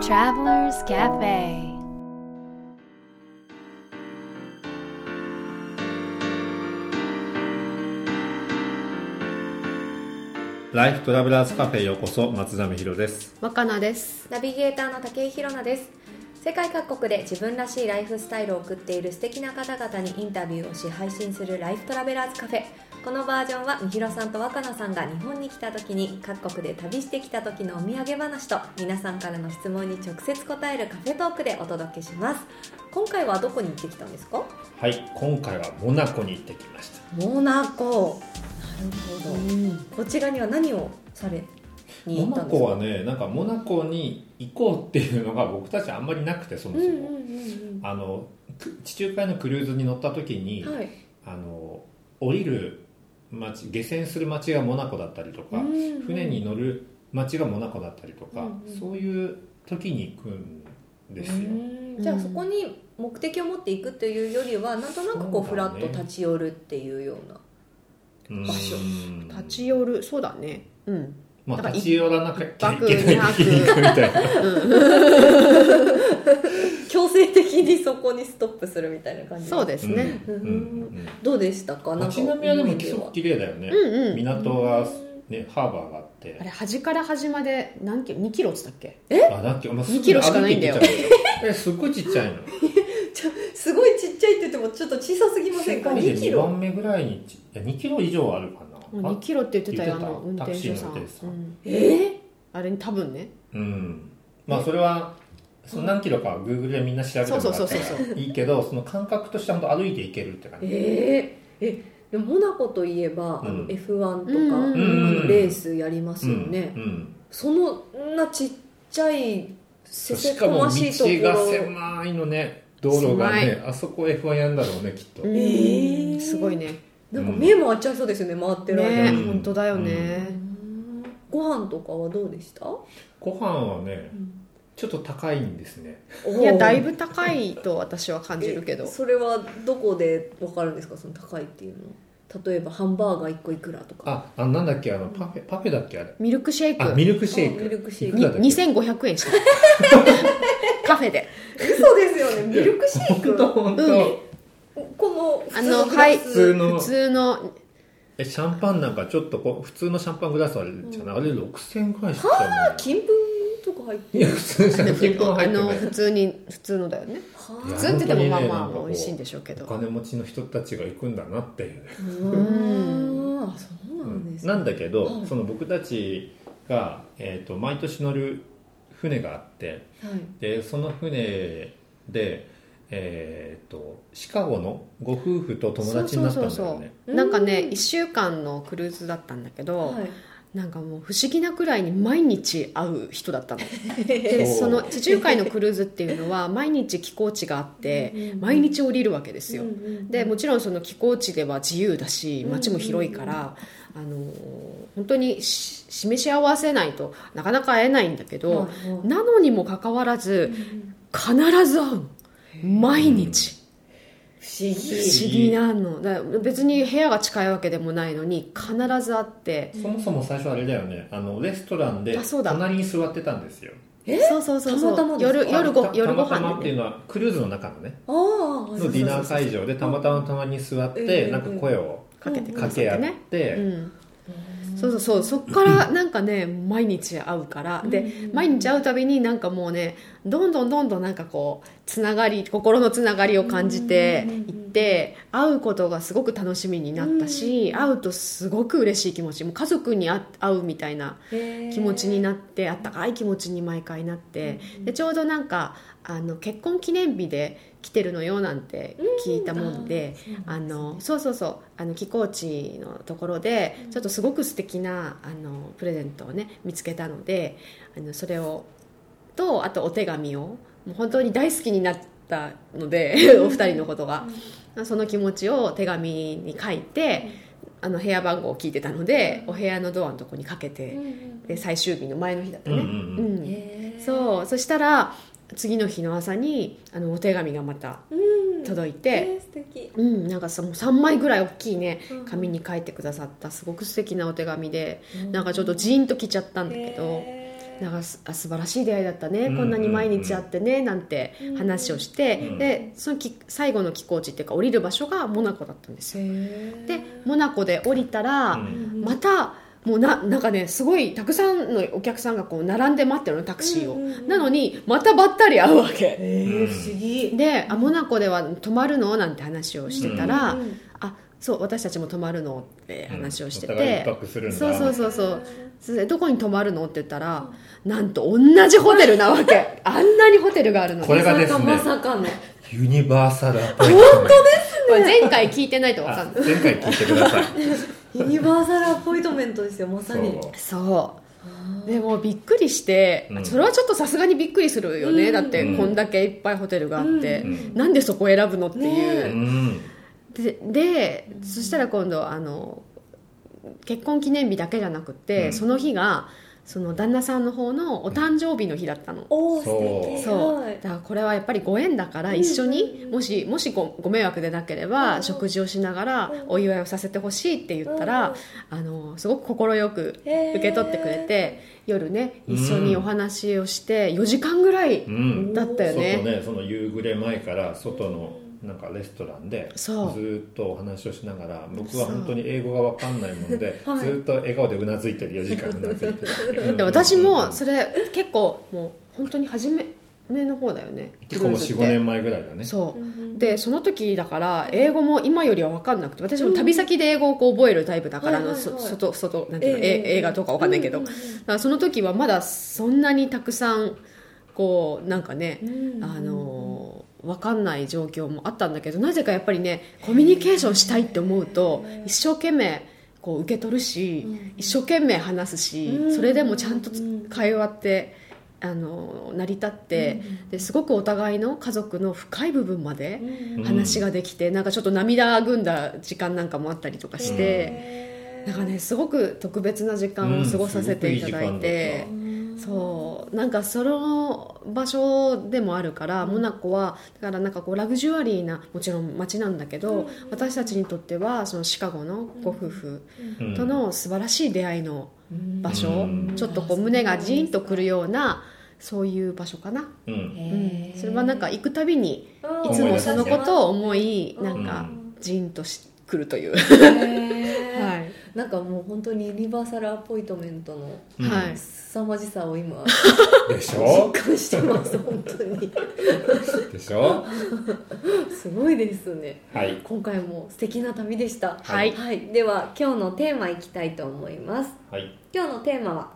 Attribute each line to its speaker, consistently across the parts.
Speaker 1: Travelers Cafe
Speaker 2: ライフトラベラーズカフェへようこそ松並博です
Speaker 3: 若菜です
Speaker 4: ナビゲーターの武井宏奈です。世界各国で自分らしいライフスタイルを送っている素敵な方々にインタビューをし配信するライフトラベラーズカフェ。このバージョンはみひろさんと若菜さんが日本に来た時に各国で旅してきた時のお土産話と皆さんからの質問に直接答えるカフェトークでお届けします。今回はどこに行ってきたんですか？
Speaker 2: はい今回はモナコに行ってきました
Speaker 4: モナコ。なるほど。
Speaker 3: ん
Speaker 4: こちらには何をされに
Speaker 2: モ
Speaker 4: 行った
Speaker 2: ナ
Speaker 4: んです
Speaker 2: コ
Speaker 4: か？
Speaker 2: はねなんかモナコに行こうっていうのが僕たちあんまりなくてそも
Speaker 4: う
Speaker 2: そ
Speaker 4: ん
Speaker 2: も、
Speaker 4: うんうん
Speaker 2: あのく地中海のクルーズに乗った時に、
Speaker 4: うん。はい。
Speaker 2: あの降りる町下船する町がモナコだったりとか、船
Speaker 4: 船
Speaker 2: に乗る町がモナコだったりとか、
Speaker 4: うんうん
Speaker 2: そういう時に行くんですよ、
Speaker 4: うんじゃあそこに目的を持っていくというよりはなんとなく
Speaker 2: そ
Speaker 4: こう
Speaker 2: う
Speaker 4: ふ
Speaker 2: だ
Speaker 4: ら
Speaker 2: ね
Speaker 4: っと立ち寄るっていうような
Speaker 2: うん
Speaker 3: 場所立ち寄るそうだねうん
Speaker 2: ま
Speaker 3: なん
Speaker 2: あ
Speaker 3: か
Speaker 2: 立ち寄らなきゃいけない
Speaker 3: 一泊二泊
Speaker 2: 時に行くみたいな
Speaker 4: 強制的にそこにストップするみたいな感じ
Speaker 3: そう
Speaker 4: で
Speaker 3: ですね、
Speaker 2: うんうん
Speaker 4: どうでしたかなんか
Speaker 2: 街並みはでも
Speaker 4: 思い出
Speaker 2: すごく綺麗だよね、
Speaker 3: うん、うん
Speaker 2: 港が
Speaker 4: うん
Speaker 2: ねハーバーがあって
Speaker 3: あれ端から端まで何キロ2キロっつったっけ
Speaker 2: あだっけ、まあ、
Speaker 3: 2キロしかないんだよ
Speaker 2: すぐ歩いて行けちゃうえすっごいちっちゃいの
Speaker 4: すごいちっちゃいって言ってもちょっと小さすぎませんか
Speaker 2: 世界で
Speaker 4: 2キ
Speaker 2: 2
Speaker 4: ロ
Speaker 2: 番目ぐらいにちいや2キロ以上あるか
Speaker 3: もう
Speaker 2: な
Speaker 3: 2キロって言ってたよあの運
Speaker 2: 言ってた
Speaker 3: 転手さ
Speaker 2: タクシーの運
Speaker 3: ん
Speaker 2: 転手さん
Speaker 3: うん
Speaker 4: えー
Speaker 3: あれに多分ね
Speaker 2: うんまあそれはその何キロかは Google でみんな調べてもら
Speaker 3: そう
Speaker 2: っ
Speaker 3: そ
Speaker 2: た
Speaker 3: うそうそ
Speaker 2: らいいけどその感覚として本当歩いていけるって感じ
Speaker 4: えーえでもモナコといえば、あ
Speaker 2: う
Speaker 4: の
Speaker 2: ん
Speaker 4: F1 とか、
Speaker 3: うんうん
Speaker 2: うん
Speaker 4: あのレースやりますよね、
Speaker 2: うんうん
Speaker 4: そのんなちっちゃいせせ
Speaker 2: しか
Speaker 4: こ
Speaker 2: も道
Speaker 4: ま
Speaker 2: が
Speaker 4: しいところ
Speaker 2: 狭いのね道路がね
Speaker 3: 狭
Speaker 2: あそこ F1 やんだろうねきっと、
Speaker 3: うん
Speaker 4: えー
Speaker 3: すごいね
Speaker 4: なんか目も合っちゃいそうですよね回ってる間に
Speaker 3: ね
Speaker 2: うん
Speaker 3: 本当だよね、
Speaker 4: うんご飯とかはどうでした？
Speaker 2: ご飯はねちょっと高いんですね
Speaker 3: いやだいぶ高いと私は感じるけど
Speaker 4: えそれはどこでわかるんですか？その高いっていうのは。例えばハンバーガー一個いくらとか。
Speaker 2: ああなんだっけあのパフェパフェだっけあれ
Speaker 3: ミルクシェイ
Speaker 2: あ
Speaker 3: ク
Speaker 2: ミルクシェイ
Speaker 4: あ
Speaker 2: ク
Speaker 4: ミルクシェイ
Speaker 2: い
Speaker 4: ク
Speaker 2: くらだっけ
Speaker 3: 2500円した カフェで
Speaker 4: 嘘ですよね。ミルクシェイク。こ
Speaker 2: 本当、
Speaker 3: う
Speaker 4: の普
Speaker 3: あ
Speaker 4: 通の
Speaker 3: の
Speaker 4: グ
Speaker 3: は
Speaker 4: ラ
Speaker 3: い
Speaker 2: 普
Speaker 4: ス
Speaker 2: 通の
Speaker 3: 普通の
Speaker 2: えシャンパンなんかちょっとこう普通のシャンパングラスあれじゃない、あれ6000円くらいしてたよね
Speaker 4: 金粉とか入って
Speaker 2: いや普通じゃん金粉
Speaker 3: あ
Speaker 2: 入ってな
Speaker 3: の
Speaker 2: い
Speaker 3: 普通に普通のだよね
Speaker 2: い
Speaker 4: は
Speaker 2: や
Speaker 3: 普通って言ってもまあ
Speaker 2: 本当にねなんか
Speaker 3: ま
Speaker 2: こ
Speaker 3: あ
Speaker 2: う
Speaker 3: 美味しいんでしょうけど
Speaker 2: お金持ちの人たちが行くんだなっていう、
Speaker 4: あ。うんあそうなんですね。
Speaker 2: なんだけど、
Speaker 4: はい
Speaker 2: その僕たちが、えー、と毎年乗る船があって
Speaker 4: はい。
Speaker 2: でその船で、えー、とシカゴのご夫婦と友達になったんだよね
Speaker 4: うん
Speaker 3: なんかね1週間のクルーズだったんだけど、
Speaker 4: はい
Speaker 3: なんかもう不思議なくらいに毎日会う人だったの で
Speaker 2: そう
Speaker 3: その地中海のクルーズっていうのは毎日寄港地があって
Speaker 4: うんうん
Speaker 3: 毎日降りるわけですよ、
Speaker 4: うんうん
Speaker 3: でもちろんその寄港地では自由だし街も広いから、あの本当にし示し合わせないとなかなか会えないんだけど、
Speaker 4: はいはい
Speaker 3: なのにもかかわらず必ず会うの毎日、
Speaker 4: 不思
Speaker 3: 不
Speaker 4: 議。
Speaker 3: 思議なのだから別に部屋が近いわけでもないのに必ず会って、
Speaker 2: そもそも最初あれだよねあのレストランで
Speaker 3: あそうだ
Speaker 2: 隣に座ってたんですよ
Speaker 4: え
Speaker 3: そうそうそうそう
Speaker 4: たまたまですか
Speaker 3: 夜夜ご
Speaker 2: た
Speaker 3: 夜ご
Speaker 2: たまたま
Speaker 3: 飯
Speaker 2: っていうのはクルーズの中のね
Speaker 4: ああ。
Speaker 2: のディナー会場でたまたまたまに座っ
Speaker 4: うん
Speaker 2: て
Speaker 4: うん
Speaker 2: なんか声を
Speaker 3: かけてく
Speaker 2: 掛
Speaker 3: ださっ
Speaker 2: け合
Speaker 3: て
Speaker 2: っ
Speaker 3: ね、
Speaker 2: て、
Speaker 3: うん、そうそうそうそっからなんかね毎日会うからで毎日会うたびになんかもうねどんどんどんどんなんかこうつながり心のつながりを感じていって会うことがすごく楽しみになったし会うとすごく嬉しい気持ちもう家族に会会うみたいな気
Speaker 4: 気
Speaker 3: 持ちに
Speaker 4: な
Speaker 3: なってあったかい気持ちに毎回なってでちょうどなんかあの結婚記念日で来てるのよなんて聞いたもんで。あのそうそうそうあの寄港地のところでちょっとすごく素敵なあのプレゼントをね見つけたのであのそれをとあとお手紙をもう本当に大好きになったのでお二人のことがその気持ちを手紙に書いてあの部屋番号を聞いてたのでお部屋のドアのとこにかけてで最終日の前の日だったね、
Speaker 2: うんうんうん
Speaker 3: うん
Speaker 4: う
Speaker 3: そうそしたら次の日の朝にあのお手紙がまた届いて。
Speaker 4: えー素敵
Speaker 3: うん、なんかその3枚ぐらい大きいね
Speaker 4: うん
Speaker 3: 紙に書いてくださったすごく素敵なお手紙でなんかちょっとジーンときちゃったんだけど、
Speaker 4: へ
Speaker 3: なんかすあ素晴らしい出会いだったね、
Speaker 2: うん
Speaker 3: こんなに毎日会ってねなんて話をして、
Speaker 2: うん
Speaker 3: でそのき最後の寄港地っていうか降りる場所がモナコだったんですよ。でモナコで降りたら、
Speaker 2: うん
Speaker 3: またもうななんかねすごいたくさんのお客さんがこう並んで待ってるのタクシーを、
Speaker 4: うんうんうん
Speaker 3: なのにまたばったり会うわけ
Speaker 4: えー、
Speaker 2: うん
Speaker 4: 不思議
Speaker 3: であ「モナコでは泊まるの?」なんて話をしてたら「
Speaker 4: うんうん
Speaker 3: あそう私たちも泊まるの?」って話をして
Speaker 2: お互い
Speaker 3: て
Speaker 2: 一、泊するんだ
Speaker 3: そうそうそうそうそれでどこに泊まるのって言ったらなんと同じホテルなわ けあんなにホテルがあるのに
Speaker 2: これがですね
Speaker 4: ま さかの
Speaker 2: ユニバーサルアパー トメン
Speaker 3: これ前回聞いてないと
Speaker 2: ト
Speaker 3: 分かん
Speaker 2: あ
Speaker 3: ない
Speaker 2: 前回聞いてく ださい
Speaker 4: ユニバーサルアポイントメントですよまさ
Speaker 2: そ
Speaker 4: に
Speaker 2: う
Speaker 3: そうでもうびっくりして、
Speaker 2: うん
Speaker 3: それはちょっとさすがにびっくりするよね、
Speaker 4: うん
Speaker 3: だってこんだけいっぱいホテルがあって、
Speaker 2: うん
Speaker 3: なんでそこ選ぶのって
Speaker 2: う
Speaker 3: いう、
Speaker 2: ん
Speaker 3: ででそしたら今度あの結婚記念日だけじゃなくて、
Speaker 2: うん
Speaker 3: その日がその旦那さんの方のお誕生日の日だったの、
Speaker 4: おお
Speaker 2: そう
Speaker 4: 素敵
Speaker 3: そう
Speaker 4: はい
Speaker 3: だからこれはやっぱりご縁だから一緒
Speaker 4: うんうん
Speaker 3: に
Speaker 4: うん
Speaker 3: もしもしごご迷惑でなけれ
Speaker 4: うんう
Speaker 3: ば
Speaker 4: ん
Speaker 3: 食事をしながら
Speaker 4: うん
Speaker 3: お祝いをさせてほしいって言った
Speaker 4: うん
Speaker 3: らあのすごく快く
Speaker 4: へー
Speaker 3: 受け取ってくれて夜ね
Speaker 2: うん
Speaker 3: 一緒にお話をして4時間ぐらい
Speaker 2: うん
Speaker 3: だったよ
Speaker 2: 外
Speaker 3: ね
Speaker 2: ねその夕暮れ前から外のなんかレストランでず
Speaker 3: そう
Speaker 2: ーっとお話をしながら僕は本当に英語がわかんないもん で、
Speaker 4: はい
Speaker 2: ずーっと笑顔でうなずいてる4時間うなずいてるうん
Speaker 3: で私もそれ結構もう本当に初め目の方だよね
Speaker 2: 結構もう45年前ぐらいだね
Speaker 3: そうう
Speaker 4: う
Speaker 3: ん
Speaker 4: ん
Speaker 3: でその時だから英語も今よりは分かんなくて私も旅先で英語をこう覚えるタイプだから
Speaker 4: は
Speaker 3: あの
Speaker 4: いはいはい
Speaker 3: そ外外なんていうの、
Speaker 4: ええ
Speaker 3: え映画とか分かんないけど、
Speaker 4: うんうん
Speaker 3: だ
Speaker 4: うん
Speaker 3: からその時はまだそんなにたくさんこうなんかね、
Speaker 4: うん
Speaker 3: あの分かんない状況もあったんだけどなぜかやっぱりねコミュニケーションしたいって思うと一生懸命こう受け取るし、
Speaker 4: うん
Speaker 3: 一生懸命話すし、
Speaker 4: うん
Speaker 3: それでもちゃんと
Speaker 4: うん
Speaker 3: 会話ってあの成り立って、
Speaker 4: うん
Speaker 3: ですごくお互いの家族の深い部分まで
Speaker 4: うん
Speaker 3: 話ができて、なんかちょっと涙ぐんだ時間なんかもあったりとかして、
Speaker 4: へー
Speaker 3: なんかねすごく特別な時間を過ごさせていただいて。
Speaker 4: うん
Speaker 3: そうなんかその場所でもあるから、モナコはだからなんかこうラグジュアリーなもちろん街なんだけど、私たちにとってはそのシカゴのご夫婦
Speaker 2: うん
Speaker 3: との素晴らしい出会いの
Speaker 4: うん
Speaker 3: 場所、
Speaker 2: うん
Speaker 3: ちょっとこう胸がジーンとくるようなそういう場所かな、
Speaker 2: うん
Speaker 3: うんそれはなんか行くたびに
Speaker 4: うん
Speaker 3: いつもそのことを思い
Speaker 4: うん
Speaker 3: なんかジーンとしくるとい
Speaker 4: へ
Speaker 3: う、
Speaker 4: ー
Speaker 3: はい、
Speaker 4: なんかもう本当にユニバーサルアポイントメントの
Speaker 2: うん
Speaker 3: はい
Speaker 4: 凄まじさを今
Speaker 2: でし ょ
Speaker 4: 実感してます本当に
Speaker 2: でしょ
Speaker 4: すごいですね
Speaker 2: はい
Speaker 4: 今回も素敵な旅でした
Speaker 3: はい
Speaker 4: では今日のテーマいきたいと思います
Speaker 2: はい、
Speaker 4: 今日のテーマは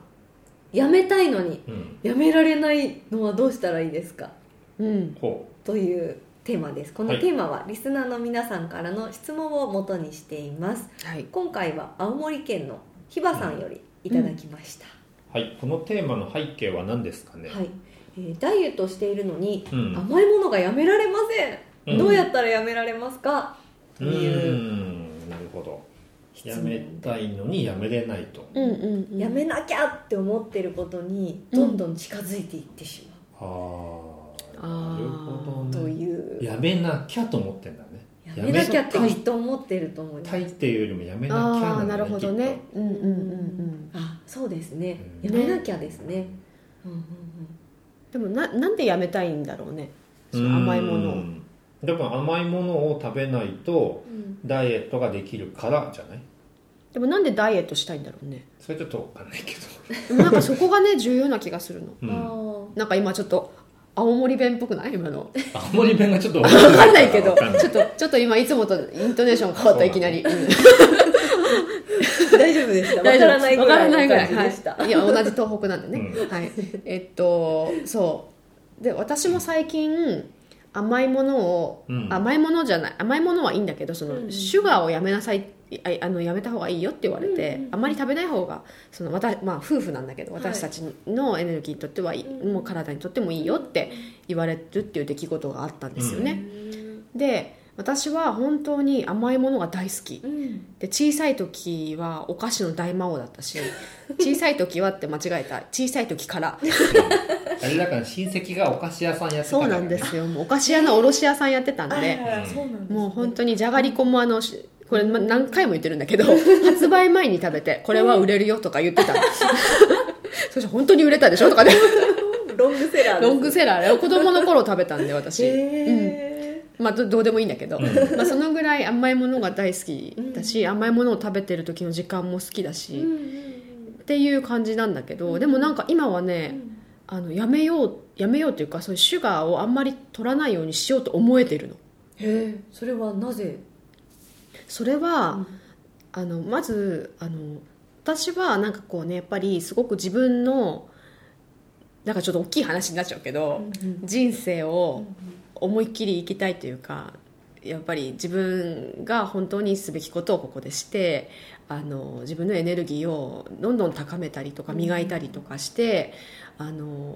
Speaker 4: やめたいのに
Speaker 2: うん、
Speaker 4: やめられないのはどうしたらいいですか
Speaker 3: うん、
Speaker 2: ほ
Speaker 4: というテーマですこの
Speaker 2: はい
Speaker 4: テーマはリスナーの皆さんからの質問を元にしています
Speaker 3: はい、
Speaker 4: 今回は青森県のひばさんよりいただきました、
Speaker 2: うはいこのテーマの背景は何ですかね、
Speaker 4: はい、えーダイエットしているのに
Speaker 2: うん
Speaker 4: 甘いものがやめられません、
Speaker 2: うん
Speaker 4: どうやったらやめられますか
Speaker 2: う
Speaker 4: とい
Speaker 2: ー
Speaker 4: う
Speaker 2: んなるほど
Speaker 4: 質
Speaker 2: や
Speaker 4: 問
Speaker 2: めたいのにやめれないと
Speaker 3: うんうんうん
Speaker 4: やめなきゃって思ってることにどんどん近づいていってしま
Speaker 2: ああ
Speaker 3: あ
Speaker 2: なる
Speaker 3: ー
Speaker 2: ほ
Speaker 4: う
Speaker 2: ど
Speaker 4: と
Speaker 2: ね
Speaker 4: いう
Speaker 2: やめなきゃと思ってんだね
Speaker 4: やめなきゃって
Speaker 2: やめ
Speaker 4: きっと思ってると思いま
Speaker 2: たい
Speaker 4: す
Speaker 2: っていうよりもやめなきゃ
Speaker 3: ああ
Speaker 2: ん
Speaker 3: な
Speaker 2: だ
Speaker 3: るほどねうんうんうん
Speaker 4: あそうですね
Speaker 2: う
Speaker 4: や
Speaker 2: ん
Speaker 4: めなきゃですね、うんうんうん
Speaker 3: うんでもななんでやめたいんだろうね
Speaker 2: き
Speaker 3: そ
Speaker 2: っと
Speaker 3: の甘いものを
Speaker 2: うんでも甘いものを食べないと
Speaker 4: うん
Speaker 2: ダイエットができるからじゃない
Speaker 3: でもなんでダイエットしたいんだろうね
Speaker 2: それちょっとわかんないけ
Speaker 3: でもなんかそこ がね重要な気がするの
Speaker 2: ど、うん、
Speaker 4: あ
Speaker 2: 青
Speaker 4: ー
Speaker 3: なんか今ちょっと青森弁っぽくない今の
Speaker 2: 森弁がちょっとわ
Speaker 3: 分かんないけど
Speaker 2: わかんない
Speaker 3: ちょっとちょっと今いつもとイントネーション変わったいきなりうん
Speaker 4: 大丈夫でした。わからないぐ
Speaker 3: わからな
Speaker 4: ら
Speaker 3: い
Speaker 4: い
Speaker 3: ぐ
Speaker 4: の
Speaker 3: ら
Speaker 4: 感
Speaker 3: い
Speaker 4: じでした。
Speaker 3: はい、いや同じ東北なんでね、
Speaker 2: う
Speaker 3: はいえっとそうで私も最近甘いものを、
Speaker 2: うん
Speaker 3: 甘いものじゃない甘いものはいいんだけどその、
Speaker 4: うん
Speaker 3: シュガーをやめなさいああのやめた方がいいよって言われて、
Speaker 4: うんうん
Speaker 3: あまり食べない方がその私、まあ、夫婦なんだけど私たちのエネルギーにとってはいい、
Speaker 4: うん
Speaker 3: もう体にとってもいいよって言われるっていう出来事があったんですよ
Speaker 4: う
Speaker 3: ね、
Speaker 4: ん
Speaker 3: で私は本当に甘いものが大好き、
Speaker 4: うん
Speaker 3: で小さい時はお菓子の大魔王だった し小さい時はって間違えた小さい時から
Speaker 2: あれだから親戚がお菓子屋さんやってた
Speaker 3: そ
Speaker 2: か
Speaker 3: う
Speaker 2: ら、ね、
Speaker 3: なんですよもうお菓子屋の卸屋さんやってたん
Speaker 4: あ
Speaker 3: で
Speaker 4: ららそうなんですね
Speaker 3: もう本当にじゃがりこもあのしこれま 何回も言ってるんだけど発売前に食べてこれは売れるよとか言ってたのそして本当に売れたでしょとかね
Speaker 4: ロングセラーです
Speaker 3: ロングセラーあれ子供の頃食べたんで私、うん
Speaker 4: へ
Speaker 3: まあどどうでもいいんだけど、
Speaker 2: う
Speaker 3: まあ、そのぐらい甘いものが大好きだし、甘いものを食べてる時の時間も好きだし、
Speaker 4: ーうんうん
Speaker 3: っていう感じなんだけど、でもなんか今はね、あのやめようやめようというかそういうシュガーをあんまり取らないようにしようと思えてるの
Speaker 4: へえそれはなぜ
Speaker 3: それは、あのまずあの私はなんかこうねやっぱりすごく自分のなんかちょっと大きい話になっちゃうけど、人生を思いっきり生きたいというかやっぱり自分が本当にすべきことをここでしてあの自分のエネルギーをどんどん高めたりとか磨いたりとかして、あの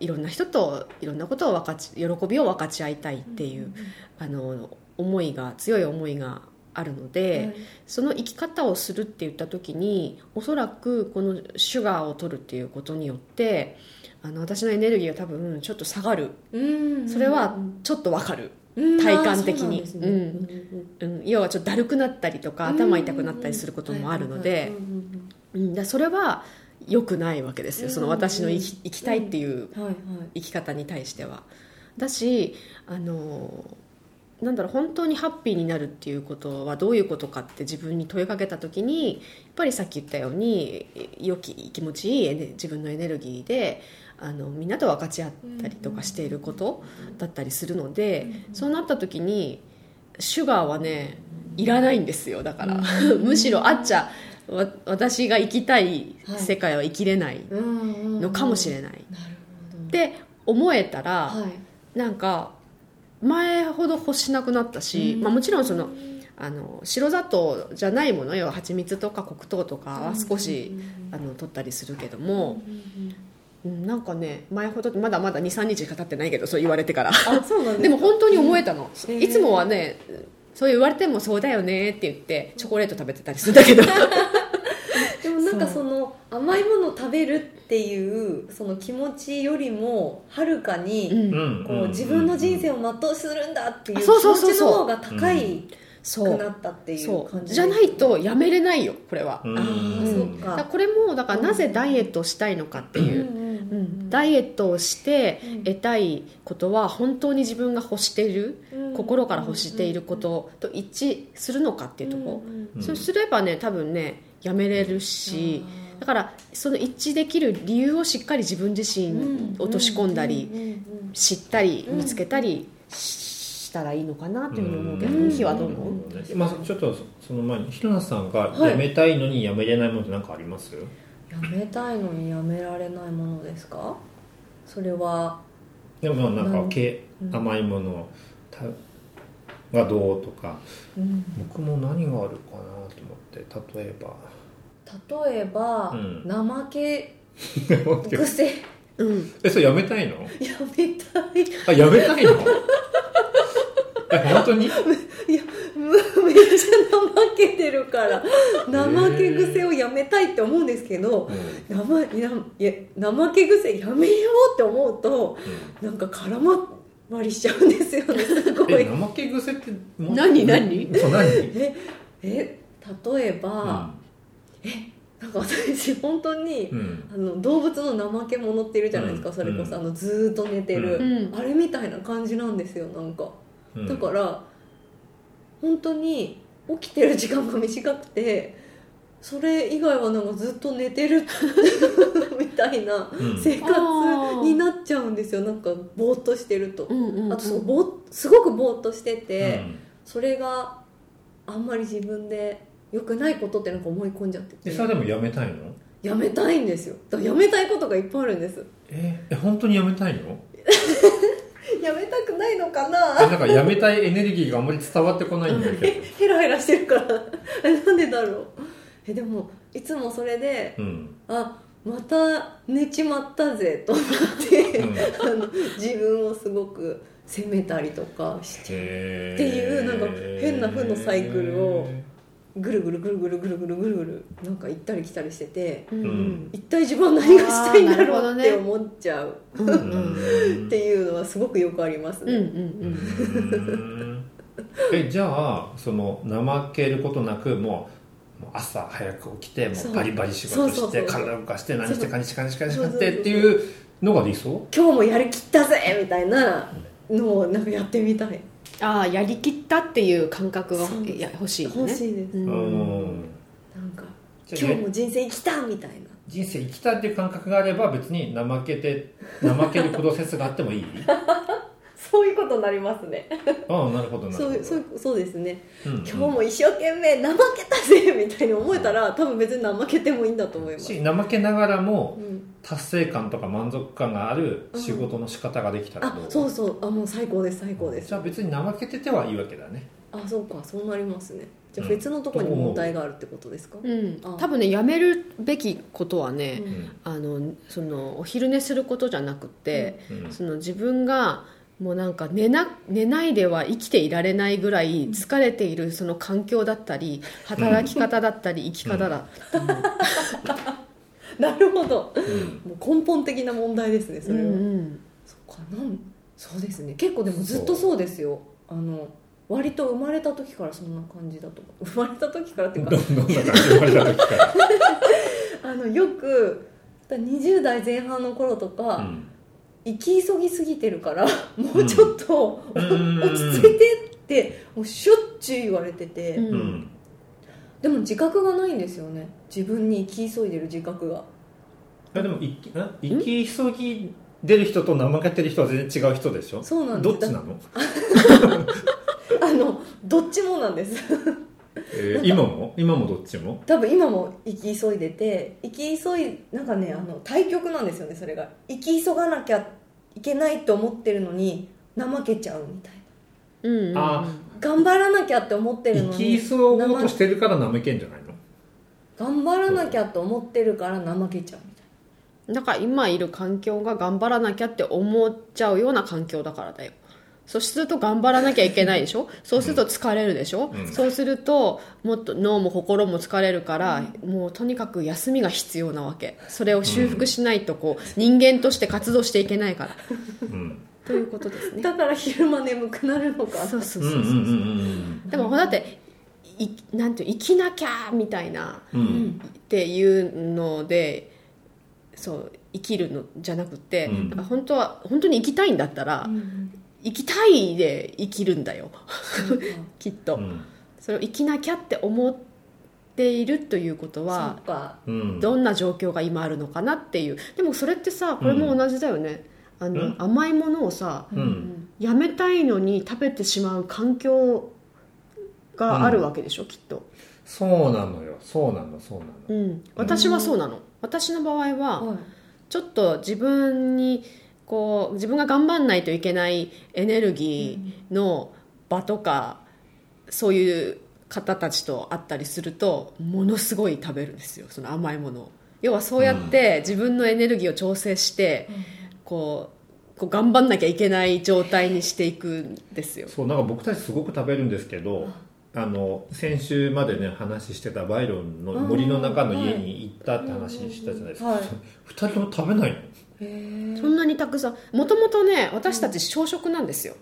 Speaker 3: いろんな人といろんなことを分かち喜びを分かち合いたいっていう、あの思いが強い思いがあるので。その生き方をするって言った時におそらくこのシュガーを取るっていうことによってあの私のエネルギーが多分ちょっと下がる
Speaker 4: うん
Speaker 3: それはちょっとわかる、体感的にうん、要はちょっとだるくなったりとか頭痛くなったりすることもあるのでうんだからそれは良くないわけですよその私の生き生きたいっていう
Speaker 4: はいはい
Speaker 3: 生き方に対してはだしあのなんだろう本当にハッピーになるっていうことはどういうことかって自分に問いかけた時にやっぱりさっき言ったように良き気持ちいいエネ自分のエネルギーであのみんなと分かち合ったりとかしていることだったりするので、そうなった時にシュガーはねいらないんですよだから、むしろあっちゃわ私が生きたい世界は生きれないのかもし
Speaker 4: ない
Speaker 3: れない、
Speaker 4: なるほど
Speaker 3: って思えたら、
Speaker 4: はい
Speaker 3: なんか前ほど欲しなくなったし、
Speaker 4: うん
Speaker 3: まあ、もちろんそのあの白砂糖じゃないものよ蜂蜜とか黒糖とかは少し、あの取ったりするけども、うん、なんかね前ほどまだまだ23日しか経ってないけどそう言われてから
Speaker 4: あそうなんですか
Speaker 3: でも本当に思えた
Speaker 4: へ
Speaker 3: の、
Speaker 4: ー
Speaker 3: いつもはねそう言われてもそうだよねって言ってチョコレート食べてたりするんだけ ど
Speaker 4: でもなんか
Speaker 3: そ
Speaker 4: その甘いものを食べるっていうその気持ちよりもはるか
Speaker 3: う
Speaker 4: に
Speaker 3: ん
Speaker 2: ん
Speaker 4: こう自分の人生を全うするんだっていう気
Speaker 3: そうそうそ
Speaker 4: 持
Speaker 3: う
Speaker 4: ちの
Speaker 3: そ
Speaker 4: 方
Speaker 3: う
Speaker 4: が高いく
Speaker 3: そ
Speaker 4: な
Speaker 3: う
Speaker 4: ったってい
Speaker 3: そうう
Speaker 4: 感じ
Speaker 3: じゃないとやめれないよこれは、
Speaker 2: うん
Speaker 4: ああそっ
Speaker 3: だから
Speaker 4: か
Speaker 3: これもだからなぜダイエットをしたいのかって
Speaker 4: う
Speaker 3: い
Speaker 4: んう
Speaker 3: う
Speaker 4: ん
Speaker 3: う
Speaker 4: うんん
Speaker 3: ダイエットをして
Speaker 4: うん
Speaker 3: 得たいことは本当に自分が欲している、
Speaker 4: うん
Speaker 3: 心から欲していることと一致するのかっていうとこ、
Speaker 4: ん
Speaker 2: うん
Speaker 3: そうすればね多分ねやめれるし、
Speaker 4: あー
Speaker 3: だからその一致できる理由をしっかり自分自身落とし込んだり、
Speaker 4: うんうんうん
Speaker 3: 知ったり
Speaker 4: うん
Speaker 3: 見つけたりしたらいいのかなっていうふうに思うけど、
Speaker 4: うん
Speaker 3: 日はどう思う
Speaker 2: まあ、ちょっとその前に平野さんが
Speaker 4: はい
Speaker 2: やめたいのにやめれないものって何かあります、
Speaker 4: やめたいのにやめられないものですかそれは
Speaker 2: でもまあなん
Speaker 4: う
Speaker 2: か
Speaker 4: ん
Speaker 2: け、
Speaker 4: うん
Speaker 2: 甘いものたがどうとか
Speaker 4: うん
Speaker 2: 僕も何があるかなと思って例えば
Speaker 4: 例えば
Speaker 2: うん
Speaker 4: 怠け 癖や
Speaker 3: うん、
Speaker 2: えそれやめたいの
Speaker 4: めたい
Speaker 2: あやめたいのえ本当に
Speaker 4: むめっちゃ怠けて るから怠け癖をやめたいって思うんですけど怠いやいや怠け癖やめようって思うとなんか絡まりしちゃうんですよねすご
Speaker 2: え
Speaker 4: い
Speaker 2: 怠け癖ってもう
Speaker 3: 何何
Speaker 2: そう何
Speaker 4: ええ例えば、なんか私本当に、
Speaker 2: うんうん
Speaker 4: あの動物の怠け者っているじゃないですか、
Speaker 2: うん
Speaker 4: それこそあのずーっと寝てる、
Speaker 3: うん
Speaker 4: あれみたいな感じなんですよなんか
Speaker 2: うん
Speaker 4: だから本当に起きてる時間が短くてそれ以外はなんかずっと寝てる みたいな
Speaker 2: うん
Speaker 4: 生活
Speaker 3: あー
Speaker 4: になっちゃうんですよなんかぼーっとしてると
Speaker 3: う、んうんうん
Speaker 4: あとそうぼーすごくぼーっとしてて、
Speaker 2: うん
Speaker 4: それがあんまり自分で良くないことってなんか思い込んじゃって
Speaker 2: え
Speaker 4: て
Speaker 2: それでもやめたいの
Speaker 4: やめたいんですよだからやめたいことがいっぱいあるんです
Speaker 2: ええ本当にやめたいの
Speaker 4: やめたくないのか
Speaker 2: え
Speaker 4: な
Speaker 2: なんかやめたいエネルギーがあんまり伝わってこないんだけ
Speaker 4: ヘラヘラしてるから えなんでだろうえでもいつもそれで
Speaker 2: どうん
Speaker 4: あまた寝ちまったぜと思っ
Speaker 2: う
Speaker 4: て
Speaker 2: ん
Speaker 4: あの自分をすごく責めたりとかし
Speaker 2: って
Speaker 4: いうなんか変な負のサイクルをぐるぐるぐるぐるぐるぐるぐるぐるなんか行ったり来たりしてて
Speaker 3: うんうん
Speaker 4: 一体自分は何がしたいんだろ
Speaker 3: あ
Speaker 4: う
Speaker 3: ー
Speaker 4: っ
Speaker 3: なる
Speaker 4: て
Speaker 3: ほ
Speaker 4: 思っちゃう
Speaker 3: うんう
Speaker 2: うんん
Speaker 4: っていうのはすごくよくあります
Speaker 3: うんう
Speaker 4: ね、
Speaker 3: ん
Speaker 2: えじゃあその怠けることなくもうもう朝早く起きても
Speaker 3: そうう
Speaker 2: バリバリ仕事
Speaker 3: そうそう
Speaker 2: し
Speaker 3: そ
Speaker 2: て
Speaker 3: う
Speaker 2: 体動かして何し
Speaker 3: そ
Speaker 2: て
Speaker 3: う
Speaker 2: かにしかにしかにしかっ
Speaker 3: そうそう
Speaker 2: て
Speaker 3: そう
Speaker 2: っていうのが理想
Speaker 4: 今日もやりきったぜみたいなのをなんかやってみたい
Speaker 3: ああやりきったっていう感覚が
Speaker 4: そう
Speaker 3: いや欲しいよね
Speaker 4: 欲しいで
Speaker 2: う
Speaker 4: す、
Speaker 3: うん
Speaker 2: ん
Speaker 4: なんか
Speaker 2: じゃあ
Speaker 4: 今日も人生生きたみたいな
Speaker 2: 人生生きたっていう感覚があれば別に怠けて怠けるプロセスがあって もいい
Speaker 4: そういうことになりますね
Speaker 2: ああなるほどなるほ
Speaker 4: そ
Speaker 2: ど
Speaker 4: うそうそうですね
Speaker 2: うん
Speaker 4: 今日も一生懸命怠けたぜみたいに思えたら多分別に怠けてもいいんだと思います、
Speaker 2: し怠けながら
Speaker 4: う
Speaker 2: も
Speaker 4: ん、
Speaker 2: 達成感とか満足感がある仕事の仕方ができたら
Speaker 4: あ
Speaker 2: どう
Speaker 4: そうそうあもう最高です最高です
Speaker 2: じゃあ別に怠けててはいいわけだね
Speaker 4: あそうかそうなりますねじゃあ
Speaker 2: うん
Speaker 4: 別のとこに問題があるってことですか、
Speaker 3: うん
Speaker 4: ああ
Speaker 3: 多分ねやめるべきことはね、
Speaker 4: うん
Speaker 3: あのそのお昼寝することじゃなくて、
Speaker 2: うん
Speaker 3: その自分がもうなんか寝な寝ないでは生きていられないぐらい疲れているその環境だったり働き方だったり生き方だ、
Speaker 4: なるほど
Speaker 2: うん
Speaker 4: もう根本的な問題ですねそれは、
Speaker 3: うんうん
Speaker 4: そっかなんそうですね結構でもずっとそうですよあの割と生まれた時からそんな感じだと思う 生まれた時からっていうか
Speaker 2: どん どんなんか生まれた時から、
Speaker 4: あのよくだから20代前半の頃とか、
Speaker 2: うん
Speaker 4: 行き急ぎすぎてるからもうちょっと、
Speaker 2: うん
Speaker 4: 落ち着いてってもうしょっちゅう言われてて、
Speaker 3: うん
Speaker 2: うん
Speaker 4: でも自覚がないんですよね自分に行き急いでる自覚が
Speaker 2: いやでも生きな生き急ぎ出る人と怠けてる人は全然違う人でしょ
Speaker 4: そうなんです
Speaker 2: どっちなの、
Speaker 4: あのどっちもなんです
Speaker 2: えー今も今もどっちも
Speaker 4: 多分今も行き急いでて行き急いなんかねあの対極なんですよねそれが行き急がなきゃいけないと思ってるのに怠けちゃうみたいな
Speaker 3: うんうん
Speaker 2: あ
Speaker 4: 頑張らなきゃって思ってる
Speaker 2: 生
Speaker 4: の
Speaker 2: き
Speaker 4: に
Speaker 2: 急ごうとしてるから怠けんじゃないの
Speaker 4: 頑張らなきゃと思ってるから怠けちゃうみたいな
Speaker 3: だから今いる環境が頑張らなきゃって思っちゃうような環境だからだよそうすると頑張らなきゃいけないでしょそうすると疲れるでしょ、
Speaker 2: うん
Speaker 3: そうするともっと脳も心も疲れるから、もうとにかく休みが必要なわけそれを修復しないとこう、人間として活動していけないから
Speaker 2: うん
Speaker 3: ということです ね
Speaker 4: だから昼間眠くなるのか
Speaker 3: そうそう
Speaker 2: うんう
Speaker 3: そうんそう,、
Speaker 2: うんうん
Speaker 3: でもだっていなんていうの生きなきゃみたいな
Speaker 2: うんう
Speaker 4: うんん
Speaker 3: っていうのでそう生きるのじゃなくて、
Speaker 2: うん
Speaker 3: なんか本当は本当に生きたいんだったら、
Speaker 4: うん
Speaker 3: 生きたいで生きるんだよ きっと、
Speaker 2: うん
Speaker 3: それを生きなきゃって思っているということ
Speaker 4: そ
Speaker 3: は
Speaker 4: うか
Speaker 2: うん
Speaker 3: どんな状況が今あるのかなっていうでもそれってさこれも同じだよね、あの
Speaker 2: うん
Speaker 3: 甘いものをさ
Speaker 2: うん
Speaker 3: やめたいのに食べてしまう環境があるわけでしょ、きっと、
Speaker 2: そうなのよそうなのそうなの
Speaker 3: うん、私はそうなの、私の場合は、
Speaker 4: はい
Speaker 3: ちょっと自分にこう自分が頑張んないといけないエネルギーの場とか、そういう方たちと会ったりするとものすごい食べるんですよその甘いものを要はそうやって自分のエネルギーを調整して、こうこう頑張んなきゃいけない状態にしていくんですよ
Speaker 2: そうなんか僕たちすごく食べるんですけどあの先週までね話してたバイロンの森の中の家に行ったって話したじゃないですか、
Speaker 4: はい
Speaker 2: 二人とも食べないの
Speaker 4: へえ
Speaker 3: そんなにたくさんもともとね私たち小食なんですよ、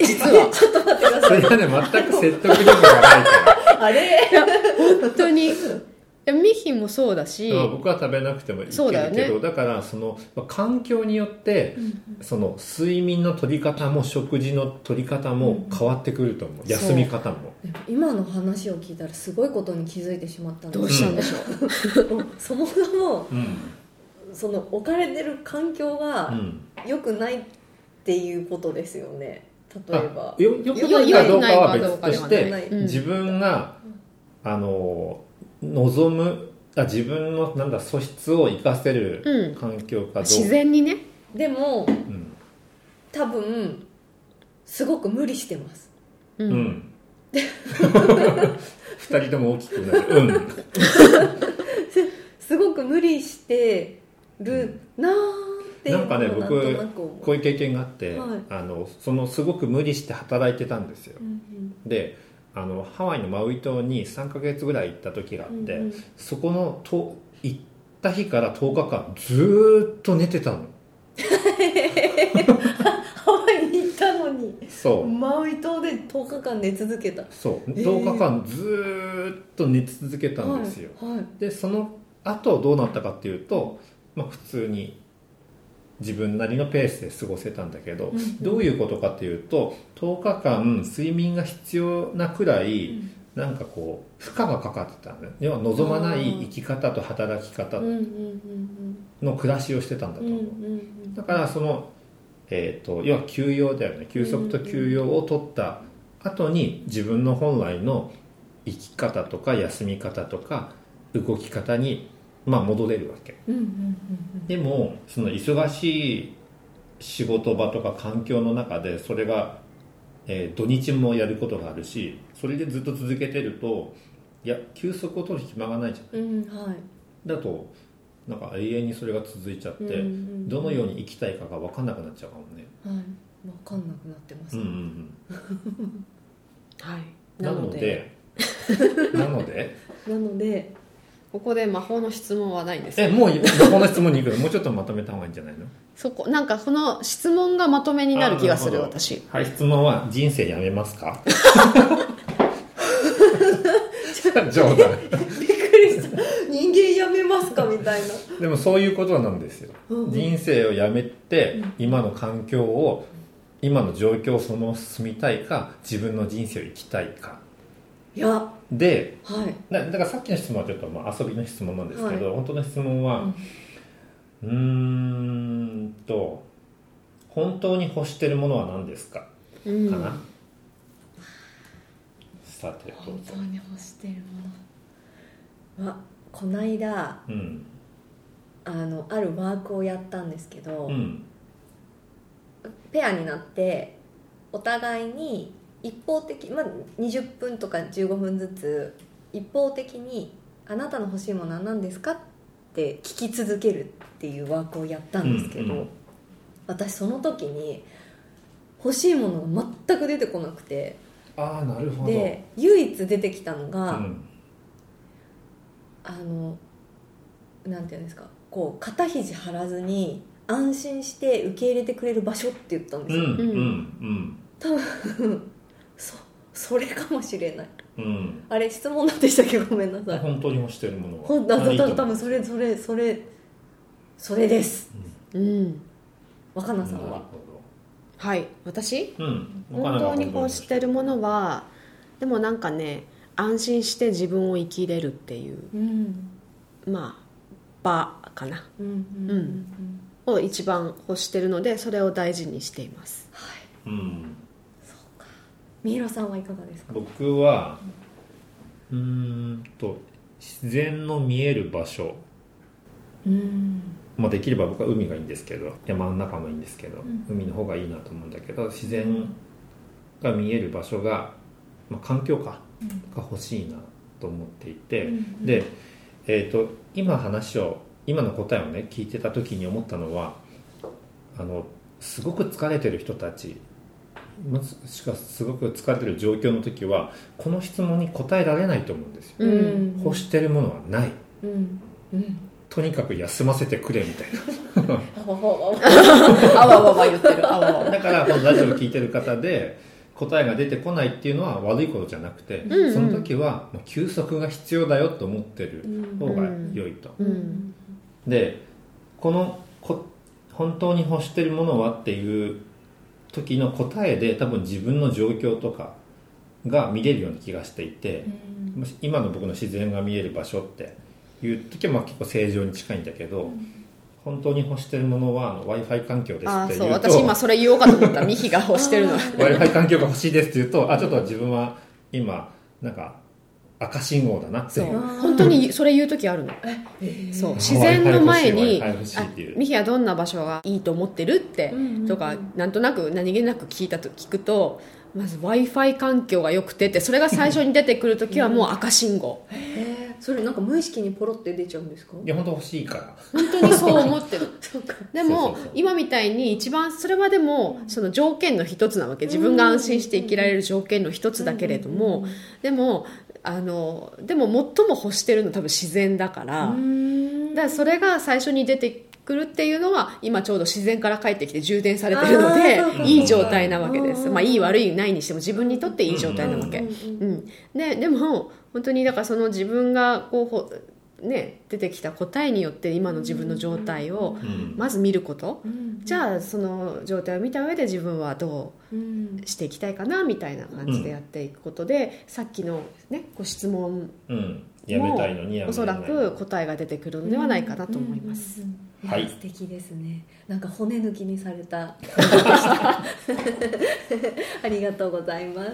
Speaker 3: 実
Speaker 4: あれ
Speaker 3: は
Speaker 4: ちょっと待ってくだ
Speaker 2: そ
Speaker 4: さ
Speaker 2: れ
Speaker 4: い
Speaker 2: がね全く説得力がないから
Speaker 4: あれ
Speaker 3: 本当にいやミヒもそうだし、
Speaker 2: まあ僕は食べなくてもいいけ
Speaker 3: そ
Speaker 2: ど
Speaker 3: うだ
Speaker 2: だ,、
Speaker 3: よね
Speaker 2: からそのまあ環境によって、その睡眠の取り方も食事の取り方も変わってくると思う、
Speaker 3: ん
Speaker 2: 休み方も
Speaker 4: 今の話を聞いたらすごいことに気づいてしまったんです
Speaker 3: どうしたんでしょう、
Speaker 4: そもそも
Speaker 2: うん
Speaker 4: その置かれてる環境
Speaker 2: う
Speaker 4: が
Speaker 2: ん
Speaker 4: 良くないっていうことですよね例えば
Speaker 2: あよよく
Speaker 3: よ
Speaker 2: ないかどうかは別と
Speaker 3: よ
Speaker 2: し
Speaker 3: くないかどうかで
Speaker 2: て
Speaker 3: は
Speaker 4: ない
Speaker 3: うん
Speaker 2: 自分があの望むあ自分のなんだ素質を生かせる
Speaker 3: うん、
Speaker 2: 環境かどうか、
Speaker 3: 自然にね
Speaker 4: でも
Speaker 2: うん
Speaker 4: 多分すごく無理してます
Speaker 3: う
Speaker 2: うんん二人とも大きくなるうん
Speaker 4: すごく無理してるなーっていうのが
Speaker 2: なんかね僕
Speaker 4: なんとなく思う
Speaker 2: こういう経験があって、
Speaker 4: はい
Speaker 2: あのそのすごく無理して働いてたんですよ
Speaker 4: うんうん
Speaker 2: であのハワイのマウイ島に3ヶ月ぐらい行った時があって、
Speaker 4: うんうん
Speaker 2: そこのと行った日から10日間ずーっと寝てたの
Speaker 4: ハワイに行ったのにに
Speaker 2: そう
Speaker 4: マウイ島で10日間寝続けた
Speaker 2: そう
Speaker 4: えー
Speaker 2: 10日間ずーっと寝続けたんですよ、
Speaker 4: はいはい
Speaker 2: でその後どうなったかっていうと、まあ、普通に自分なりのペースで過ごせたんだけど、
Speaker 4: うん
Speaker 2: どういうことかっていうと10日間睡眠が必要なくらい、
Speaker 4: うん
Speaker 2: なんかこう負荷がかかってたのね要は望まない生き方と働き方
Speaker 4: うんうんうん
Speaker 2: の暮らしをしてたんだ
Speaker 4: う
Speaker 2: と
Speaker 4: んうん
Speaker 2: 思う、
Speaker 4: うんうん
Speaker 2: だからその、えー、と要は休養だよね休息と休養を取った後に自分の本来の生き方とか休み方とか動き方に、まあ、戻れるわけ
Speaker 4: うんうん
Speaker 2: でもその忙しい仕事場とか環境の中でそれが、えー土日もやることがあるしそれでずっと続けてるといや休息を取る暇がないじゃ
Speaker 4: うんうんうんはい
Speaker 2: んだとなんか永遠にそれが続いちゃって、
Speaker 4: うんうん
Speaker 2: どのように生きたいかが分かんなくなっちゃうかもね
Speaker 4: はい分かんなくなってます
Speaker 2: うんうんうん
Speaker 3: はい、
Speaker 2: な
Speaker 3: な
Speaker 2: の
Speaker 3: ので
Speaker 2: で なので
Speaker 4: なので
Speaker 3: ここで魔法の質問はないんです
Speaker 2: えもうこの質問に行くのもうちょっとまとめた方がいいんじゃないの
Speaker 3: そこなんかこの質問がまとめになる気がする
Speaker 2: あなるほど
Speaker 3: 私
Speaker 2: はい質問は「人生やめます か? 」冗談
Speaker 4: びっくりした人間やめますかみたいな
Speaker 2: でもそういうことなんですよ、
Speaker 4: うんうん
Speaker 2: 人生をやめて、今の環境を今の状況をそのまま進みたいか自分の人生を生きたいか
Speaker 4: いやは
Speaker 2: で
Speaker 4: い
Speaker 2: なだからさっきの質問はちょっとまあ遊びの質問なんですけど、本当の質問はうーんと本当に欲してるものは何ですか
Speaker 3: う
Speaker 2: か
Speaker 3: ん
Speaker 2: な、さてどう
Speaker 4: 本
Speaker 2: ぞ
Speaker 4: 当に欲してるものはこないだ
Speaker 2: うん
Speaker 4: あのあるワークをやったんですけど、
Speaker 2: うん
Speaker 4: ペアになってお互いに一方的、まあ、20分とか15分ずつ一方的に「あなたの欲しいものは何ですか?」って聞き続けるっていうワークをやったんですけど、
Speaker 2: うんうん
Speaker 4: 私その時に欲しいものが全く出てこなくて
Speaker 2: ああなるほど
Speaker 4: で唯一出てきたの
Speaker 2: う
Speaker 4: が、
Speaker 2: ん、
Speaker 4: あのなんていうんですかこう肩肘張らずに安心して受け入れてくれる場所って言ったんで
Speaker 2: う
Speaker 4: す
Speaker 2: ん
Speaker 4: よ、
Speaker 2: うん
Speaker 3: うん
Speaker 2: うん
Speaker 4: そそれかもしれない
Speaker 2: うん
Speaker 4: あれ質問なんでしたっけごめんなさい
Speaker 2: 本当に欲してるものは
Speaker 4: ほんだ
Speaker 2: あいいと思う
Speaker 4: 多分それそれそれそれです
Speaker 3: うん
Speaker 4: 若菜さんは、
Speaker 3: はい私
Speaker 2: うん
Speaker 3: 本当に欲し
Speaker 2: して
Speaker 3: るものはでもなんかね安心して自分を生きれるっていう
Speaker 4: うん、
Speaker 3: まあ場かな
Speaker 4: うんうん
Speaker 3: うんを一番欲してるのでそれを大事にしています
Speaker 4: は
Speaker 2: う
Speaker 4: い
Speaker 2: ん
Speaker 4: そうか三浦さんはいかがですか
Speaker 2: 僕はうーんと自然の見える場所、
Speaker 4: うん
Speaker 2: まあ、できれば僕は海がいいんですけど山の中もいいんですけど、
Speaker 4: ん
Speaker 2: 海の方がいいなと思うんだけど自然が見える場所が、まあ、環境かが欲しいなと思っていて、
Speaker 4: うん
Speaker 2: で、えー、と今話を今の答えをね聞いてた時に思ったのはあのすごく疲れてる人たちもしくはすごく疲れてる状況の時はこの質問に答えられないと思うんですよ、
Speaker 4: うん
Speaker 2: 欲してるものはない
Speaker 4: うんうん
Speaker 2: とにかく休ませてくれみたい
Speaker 4: あわわわわ
Speaker 3: あわわわ言ってるあわわ
Speaker 2: なだからこのラジオを聞いてる方で答えが出てこないっていうのは悪いことじゃなくて、
Speaker 3: んうん
Speaker 2: その時はもう休息が必要だよと思ってる方が良いと、
Speaker 3: うん
Speaker 2: でこのこ本当に欲してるものはっていう時の答えで多分自分の状況とかが見れるような気がしていて、もし今の僕の自然が見える場所っていう時はまあ結構正常に近いんだけど、本当に欲してるものは w i f i 環境です
Speaker 3: あ
Speaker 2: っ
Speaker 3: あ
Speaker 2: て
Speaker 3: そ
Speaker 2: 言
Speaker 3: う
Speaker 2: う
Speaker 3: 私今
Speaker 2: と
Speaker 3: それ言おうかと思ったミヒが欲してるの
Speaker 2: w i f i 環境が欲しいですって言うとあちょっと自分は今なんか赤信号だなって
Speaker 3: そう
Speaker 2: いう
Speaker 3: 本当にそれ言う時あるのそう自然の前
Speaker 2: Wi-Fi 欲しい
Speaker 3: に
Speaker 2: Wi-Fi 欲しい
Speaker 3: あ
Speaker 2: っていう
Speaker 3: ミヒはどんな場所がいいと思ってるって
Speaker 4: うんうんうん
Speaker 3: とかなんとなく何気なく聞いたと聞くとまず w i f i 環境が良くてってそれが最初に出てくる時はもう赤信号
Speaker 4: えーそれなんか無意識にポロって出ちゃうんですか
Speaker 2: いや本当欲しいから
Speaker 3: 本当にそう思ってる
Speaker 4: そうか
Speaker 3: でも
Speaker 2: そうそうそう
Speaker 3: 今みたいに一番それはでもその条件の一つなわけ自分が安心して生きられる条件の一つだけれどもでもあのでも最も欲してるのは多分自然だから、
Speaker 4: うん
Speaker 3: だからそれが最初に出て来るっていうのは今ちょうど自然から帰ってきて充電されてるので
Speaker 4: あーそうかそうか
Speaker 3: いい状態なわけ
Speaker 4: うん
Speaker 3: で
Speaker 4: うん
Speaker 3: す、
Speaker 4: うん
Speaker 3: まあ、いい悪いないにしても自分にとっていい状態なわけ、
Speaker 4: う
Speaker 3: うんん
Speaker 4: うん
Speaker 3: ででも本当にだからその自分がこうほ、ね、出てきた答えによって今の自分の状態を
Speaker 2: うん
Speaker 3: まず見ること
Speaker 4: うん
Speaker 3: じゃあその状態を見た上で自分はどう
Speaker 4: うん
Speaker 3: していきたいかなみたいな感じでやっていくことで、さっきの、ね、ご質問
Speaker 2: うん、やめたいのにやめれない
Speaker 3: おそらく答えが出てくるのではないかなと思いま
Speaker 4: う
Speaker 3: す。
Speaker 4: んうんうん
Speaker 2: はい
Speaker 4: 素敵ですね。なんか骨抜きにされた。 ありがとうございます。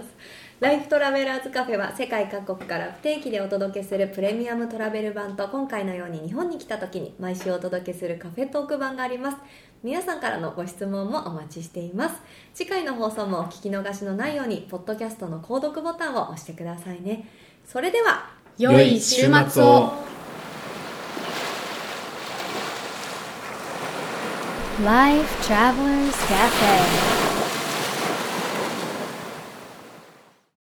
Speaker 4: ライフトラベラーズカフェは世界各国から不定期でお届けするプレミアムトラベル版と今回のように日本に来た時に毎週お届けするカフェトーク版があります。皆さんからのご質問もお待ちしています。次回の放送もお聞き逃しのないように、ポッドキャストの購読ボタンを押してくださいね。それでは、
Speaker 3: 良い週末を
Speaker 1: Life Travelers Cafe.